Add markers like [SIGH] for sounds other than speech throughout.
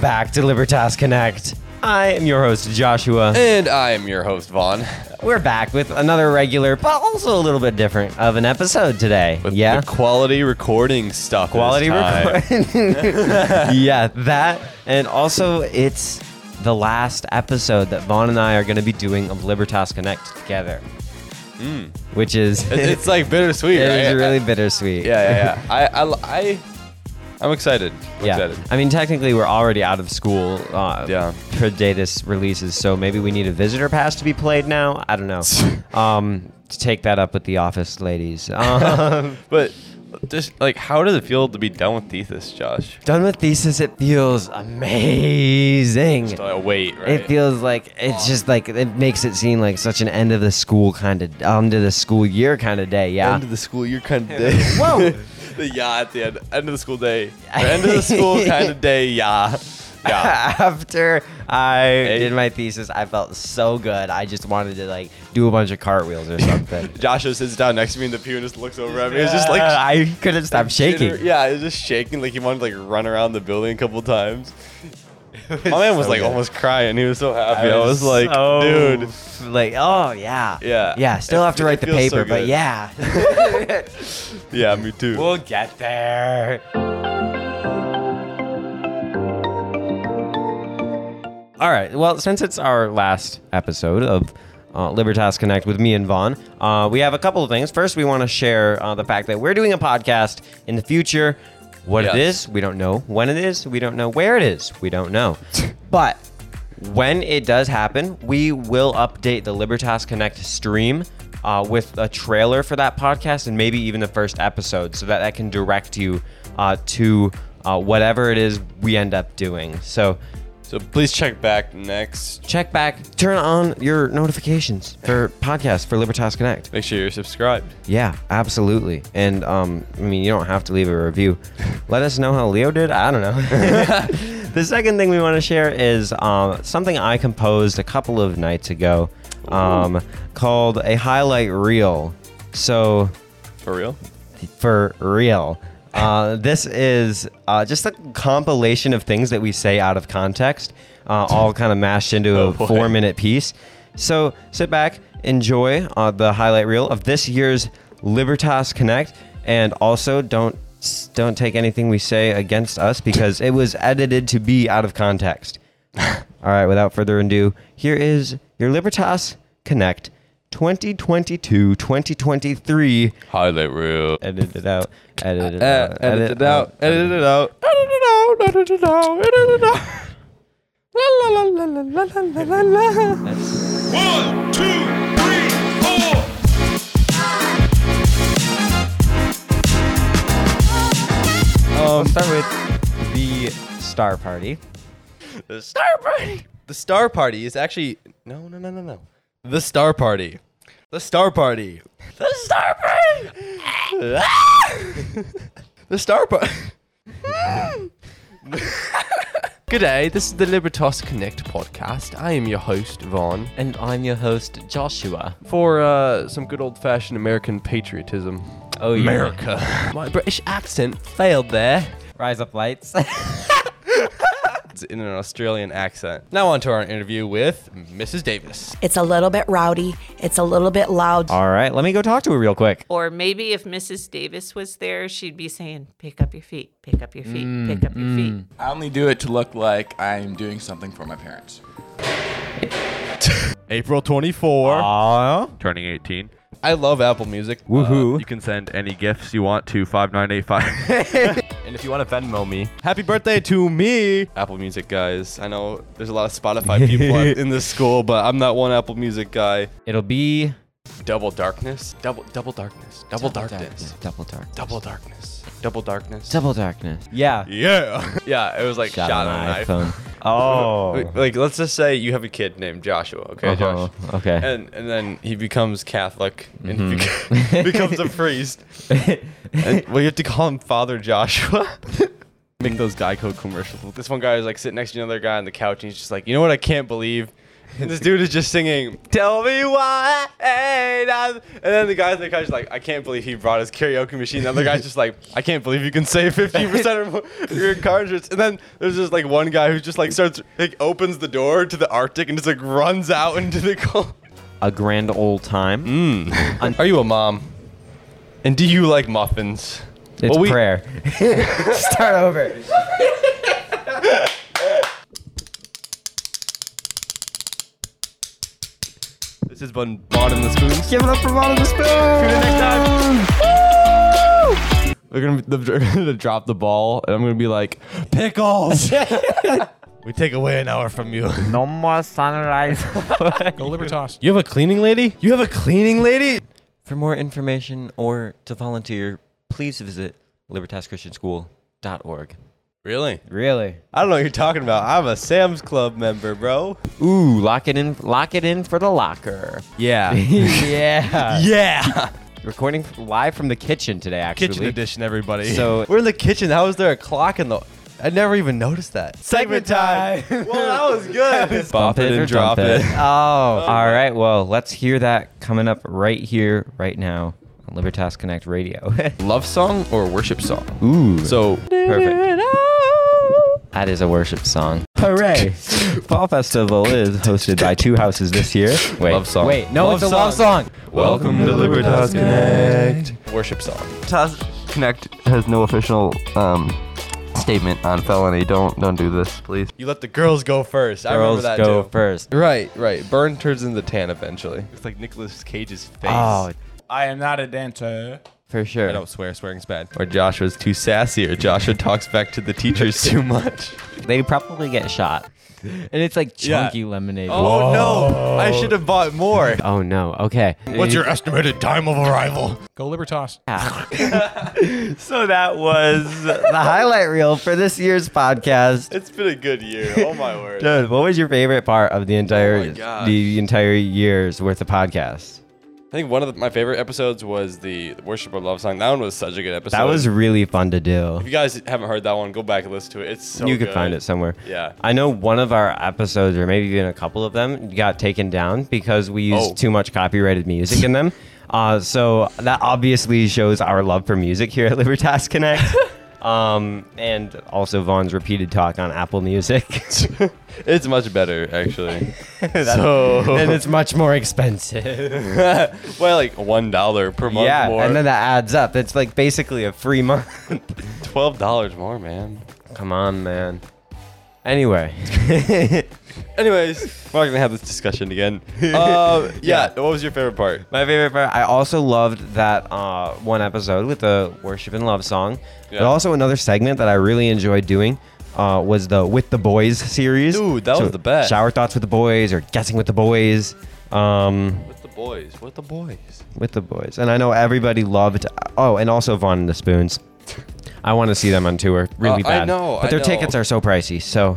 back to Libertas Connect. I am your host, Joshua. And I am your host, Vaughn. We're back with another regular, but also a little bit different of an episode today. With yeah. the quality recording stuff. this quality time. recording. [LAUGHS] yeah, that. And also, it's the last episode that Vaughn and I are going to be doing of Libertas Connect together, which is. Hmm. It's, it's like [LAUGHS] bittersweet, it right? is really bittersweet. yeah, yeah, yeah. I, I, I, I'm excited. I'm Yeah. excited. I mean, technically, we're already out of school. Uh, Yeah. For Datus releases, so maybe we need a visitor pass to be played now. I don't [LAUGHS] know. um, to take that up with the office ladies. Um, But just like, how does it feel to be done with Thesis, Josh? [LAUGHS] done with thesis, it feels amazing. Just like, wait, right? It feels like it's just like it makes it seem like such an end of the school kind of end of the school year kind of day. Yeah. End of the school year kind of day. Whoa. [LAUGHS] the yeah at the end. End of the [LAUGHS] school day. Or end of the school kind of day. Yeah. [LAUGHS] Yeah. After I did my thesis, I felt so good. I just wanted to like do a bunch of cartwheels or [LAUGHS] something. Joshua sits down next to me in the pew and just looks over at me. It's just like Uh, I couldn't stop shaking. Shitter- Yeah, it was just shaking. Like he wanted to like run around the building a couple [LAUGHS] times. My man was so like good. almost crying. He was so happy. I was, like, so Oh, dude. f- like oh yeah, Yeah. yeah. Still It- have to it write the feels so paper, but good. [LAUGHS] yeah, Yeah, me too. we'll get there. All right. Well, since it's our last episode of uh, Libertas Connect with me and Vaughn, uh, we have a couple of things. First, we want to share uh, the fact that we're doing a podcast in the future. What it Yes. is, we don't know. When it is, we don't know. Where it is, we don't know. but when it does happen, we will update the Libertas Connect stream. Uh, with a trailer for that podcast and maybe even the first episode so that that can direct you uh, to uh, whatever it is we end up doing. So so please check back next. check back, turn on your notifications for podcasts for Libertas Connect. Make sure you're subscribed. Yeah, absolutely. And um, I mean, you don't have to leave a review. Let us know how Leo did. I don't know. [LAUGHS] the second thing we want to share is um, something I composed a couple of nights ago, um, called a highlight reel. So For real? for real. Uh, this is uh, just a compilation of things that we say out of context, uh, all kind of mashed into [LAUGHS] Oh, a boy. four minute piece. So sit back, enjoy uh, the highlight reel of this year's Libertas Connect, and also don't don't take anything we say against us because it was edited to be out of [LAUGHS] context. All right, without further ado, here is your Libertas Connect 2022 2023 Highlight reel. edit it out, edit it Uh, out, edit it out. Edit it out. Edit it out. Edit it out. Edit it out. [LAUGHS] La la la la la la la la la. la. One, two, three, four. I'll Um, start with the star party. The Star Party. The Star Party is actually no, no, no, no, no. The Star Party. The Star Party. The Star Party. [LAUGHS] the Star Party. [LAUGHS] Good day. This is the Libertas Connect podcast. I am your host Vaughn. And I'm your host, Joshua. For uh, some good old-fashioned American patriotism, Oh, yeah. [LAUGHS] My British accent failed there. Rise up lights. [LAUGHS] It's in an Australian accent. Now on to our interview with Mrs. Davis. It's a little bit rowdy. It's a little bit loud. All right, let me go talk to her real quick. Or maybe if Mrs. Davis was there, she'd be saying, pick up your feet, pick up your feet, pick up your feet. I only do it to look like I'm doing something for my parents. [LAUGHS] April 24. Aw. Turning 18. I love Apple Music. Woohoo. Uh, You can send any gifts you want to 59855. [LAUGHS] And if you want to Venmo me, Happy birthday to me. Apple Music guys. I know there's a lot of Spotify people [LAUGHS] at- in this school, but I'm not one Apple Music guy. It'll be Double darkness. Double double darkness. Double, darkness. double dark. Double darkness. Double darkness. Double darkness. Yeah. yeah. [LAUGHS] yeah, it was like shot, on an iPhone. [LAUGHS] Oh. Like- Like let's just say you have a kid named Joshua, okay, Uh-huh, Josh? okay. And and then he becomes Catholic and he beca- becomes [LAUGHS] a priest. And, well, you have to call him Father Joshua. [LAUGHS] Make those Geico commercials. This one guy is like sitting next to another guy on the couch, and he's just like, "You know what? I can't believe And this dude is just singing, "Tell me why." ain't I-" And then the guys in the car is like, "I can't believe he brought his karaoke machine." The other guy's just like, "I can't believe you can save fifteen percent of [LAUGHS] mo- your car insurance." And then there's just like one guy who just like starts like opens the door to the Arctic and just like runs out into the cold. [LAUGHS] A grand old time. Are you a mom? And do you like muffins? It's Well, we- prayer. Start over. This has been Bottom the Spoons. Give it up for Ron the Spoon. They're gonna, be, they're gonna [LAUGHS] drop the ball, and I'm gonna be like, pickles. we take away an hour from you. No more [LAUGHS] sunrise. Go Libertas. You have a cleaning lady? You have a cleaning lady? For more information or to volunteer, please visit libertaschristianschool.org. Really? Really? I don't know what you're talking about. I'm a Sam's Club member, bro. Ooh, lock it in. Lock it in for the locker. Yeah. [LAUGHS] yeah. [LAUGHS] [LAUGHS] yeah. Recording f- live from the kitchen today, actually. Kitchen edition, everybody. So- [LAUGHS] we're in the kitchen. How is there a clock in the? I never even noticed that. Segment time. [LAUGHS] well, that was good. Bump it or drop it. Oh. [LAUGHS] All right. Well, let's hear that coming up right here, right now on Libertas Connect Radio. [LAUGHS] Love song or worship song? Ooh. So perfect. That is a worship song. Hooray! [LAUGHS] Fall Festival is hosted by two houses this year. Wait, Love song. Wait, no, Love it's a love song. Welcome to Libertas Connect. Worship song. Taz Connect has no official um, statement on felony. Don't don't do this, please. You let the girls go first. I remember Girls that go too. first. Right, right. Burn turns into tan eventually. It's like Nicolas Cage's face. Oh, I am not a dancer. for sure. I don't swear. Swearing's bad. Or Joshua's too sassy, or Joshua talks back to the teachers too much. They probably get shot. And it's like chunky lemonade. Oh no! I should have bought more. Oh no. [LAUGHS] Okay. What's your Estimated time of arrival. Go Libertas. So that was the highlight reel for this year's podcast. It's been a good year. Oh [LAUGHS] my word. Dude, what was your favorite part of the entire Oh gosh. the entire year's worth of podcasts? I think one of the, my favorite episodes was the Worship or Love song. That one was such a good episode. That was If really fun to do. you guys haven't heard that one, go back and listen to it. It's so you could good. find it somewhere. Yeah. I know one of our episodes, or maybe even a couple of them, got taken down because we used Oh. too much copyrighted music in [LAUGHS] them. Uh, so that obviously shows our love for music here at Libertas [LAUGHS] Connect. um, and also Vaughn's repeated talk on Apple [LAUGHS] Music. It's much better [LAUGHS] actually. so and it's much more expensive. well, like one dollar per [LAUGHS] month yeah. more. And then that adds up. It's like basically a free month. twelve dollars more, man. Come on, man. Anyway, [LAUGHS] Anyways, we're not gonna have this discussion [LAUGHS] again. Uh, yeah. What was your favorite part? my favorite part. I also loved that uh, one episode with the worship and love song, but Yeah. also another segment that I really enjoyed doing uh, was the with the boys series. Dude, that was the best. Shower thoughts with the boys or guessing with the boys. Um, With the boys. With the boys. with the boys, and I know everybody loved. Oh, and also Vaughn and the Spoons. I want to see them on tour really Uh, I bad. know, but I their know. tickets are so pricey, [LAUGHS] so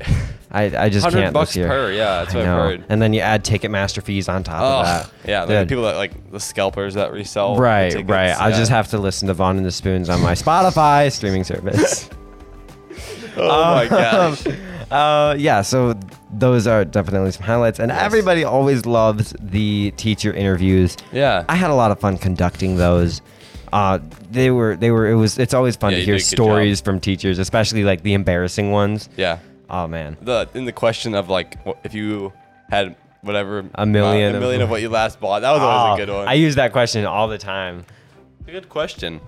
I, I just Hundred can't bucks this year. per. Yeah, that's I what I've know. heard. And then you add ticket master fees on top Oh, of that. yeah. Like Dude. the people that like the scalpers that resell. the Right, tickets, right. I yeah. just have to listen to Vaughn and the Spoons on my Spotify streaming [LAUGHS] service. Oh [LAUGHS] my gosh. uh, yeah, so those are definitely some highlights. And everybody always loves the teacher interviews. Yeah. I had a lot of fun conducting those. Uh, they were, they were. It was. It's always fun Yeah, to you hear did a good stories from teachers, especially like the embarrassing ones. yeah. Oh man, The in the question of like wh- if you had whatever A million amount- a of- million of what you last bought. That was always Oh, a good one. I use that question all the time. a good question.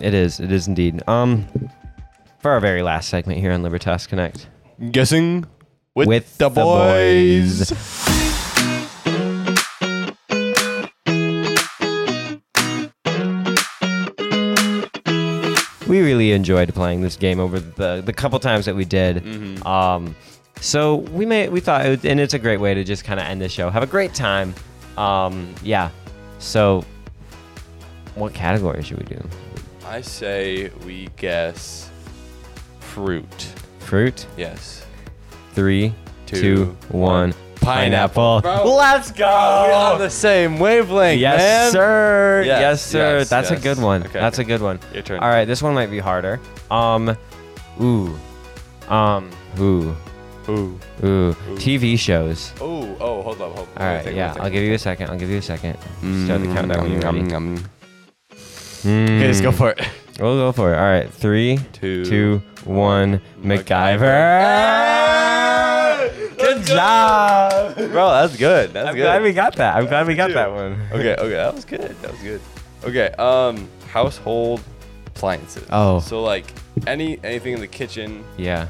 It is. It is indeed. Um, for our very last segment here on Libertas Connect. Guessing with, With the, the boys. boys. we really enjoyed playing this game over the the couple times that we did. Mm-hmm. Um, so we may we thought, it was, and it's a great way to just kind of end the show. Have a great time. Um, yeah. So, what category should we do? I say we guess fruit. Fruit. Yes. Three, Two, two, one. Pineapple. Let's go. We're on the same [LAUGHS] wavelength, Yes, man. sir. Yes, Yes, sir. yes, That's a yes. good one. Okay. That's a good one. Your turn. All right, this one might be harder. Um, ooh, um, ooh, Ooh. Ooh, TV shows. Ooh. Oh, hold up, hold up. All right, yeah. I'll give you a second. I'll give you a second. Start the Mm, countdown when you're ready. Hmm. Okay, let's [LAUGHS] go for it. We'll go for it. All right, three, two, Two, two, one. Ah! MacGyver. Good job, Bro, that's good. That's I'm good. glad we got that. I'm glad we got that one. okay, okay, that was good. That was good. Okay, um, household appliances. Oh. So like any anything in the kitchen, Yeah.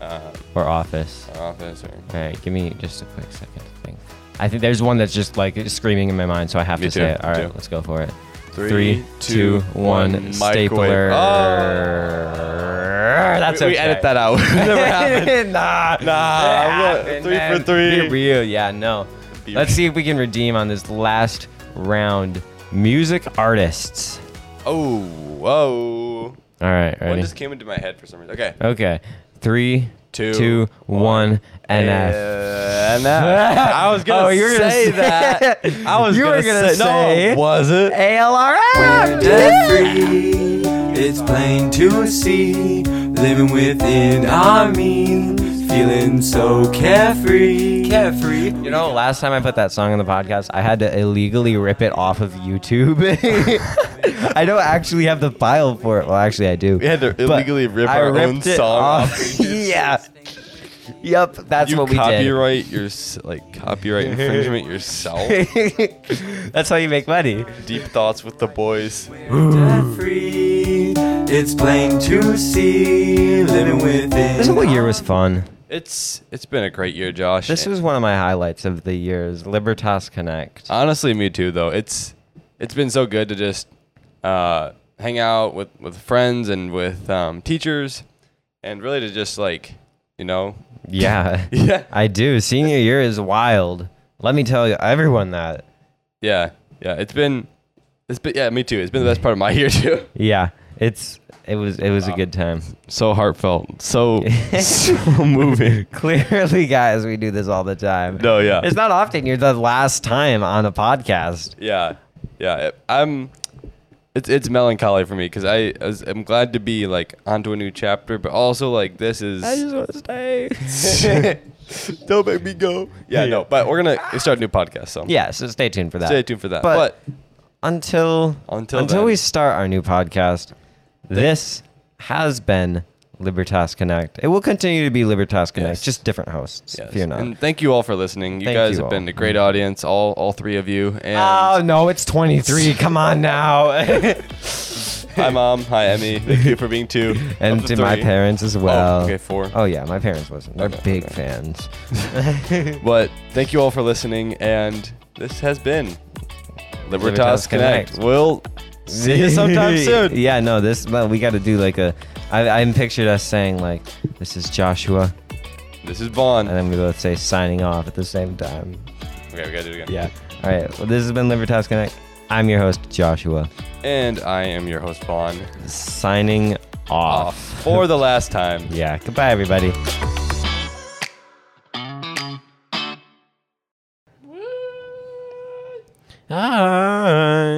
uh, Or office. office, or All right, give me just a quick second to think. I think there's one that's just like screaming in my mind, so I have Me to too, say it. All me right, too. let's go for it. Three, Three, two, two, one. one. Stapler. Microwave. Oh. That's we, we okay. edit that out. [LAUGHS] [LAUGHS] Never happened. nah, Nah, It what? happened, Three for man. three. Be real, yeah, no. Be Let's real. see if we can redeem on this last round. Music artists. Oh, whoa. All right, One ready? just came into my head for some reason. Okay. Okay, three, two, Two, one, NF. And [LAUGHS] that. I was gonna Oh, you were gonna say, [LAUGHS] say- that. I was You were gonna gonna, say, say- no, was it? ALRF. It's plain to see, living within our means, feeling so carefree. Carefree. You know, last time I put that song on the podcast, I had to illegally rip it off of YouTube. [LAUGHS] I don't actually have the file for it. Well, actually, I do. We had to But illegally rip I our ripped own it song off. off. [LAUGHS] yeah. Yep, that's you what we copyright [LAUGHS] your like [LAUGHS] copyright infringement yourself. did. [LAUGHS] that's how you make money. Deep thoughts with the boys. Carefree. It's plain to see, living within. This whole year was fun. It's it's been a great year, Josh. This was one of my highlights of the year is Libertas Uh, Connect. honestly me too though. It's it's been so good to just uh, hang out with with friends and with um, teachers, and really to just like you know [LAUGHS] Yeah, [LAUGHS] yeah I do. Senior year is wild. Let me tell you, everyone that. yeah yeah. It's been it's been yeah me too. It's been the best part of my [LAUGHS] year too. Yeah, it's it was it was a good time. [LAUGHS] So heartfelt, so so moving. Clearly, guys, we do this all the time. No, yeah. It's not often you're the last time on a podcast. Yeah, yeah. it- I'm. It's it's melancholy for me because I I was- I'm glad to be like onto a new chapter, but also like this is. want to stay. Don't make me go. Yeah, no. But we're gonna start a new podcast, so yeah, so stay tuned for that. stay tuned for that. But- But, Until Until until then. we start our new podcast, this has been Libertas Connect. It will continue to be Libertas Connect, Yes. just different hosts. yes. If you're not. and thank you all for listening. You Thank guys you have all. been a great audience, all all three of you. And Oh no, it's 23. [LAUGHS] Come on now. hi mom, hi Emmy. Thank you for being two. [LAUGHS] and of the to my three. parents as well. okay, four. Oh yeah, my parents wasn't. They're Okay, big okay. fans. But thank you all for listening, and this has been Libertas, Libertas Connect. Connect. We'll see [LAUGHS] you sometime [LAUGHS] soon. yeah, no, this well, we got to do like a. I, I'm pictured us saying like, "This is Joshua," This is Vaughn. and then we both say signing off at the same time. Okay, we gotta do it again. Yeah. All right. Well, this has been Libertas Connect. I'm your host Joshua, And I am your host, Vaughn. signing off. For the last time. Yeah. Goodbye, everybody. Hi.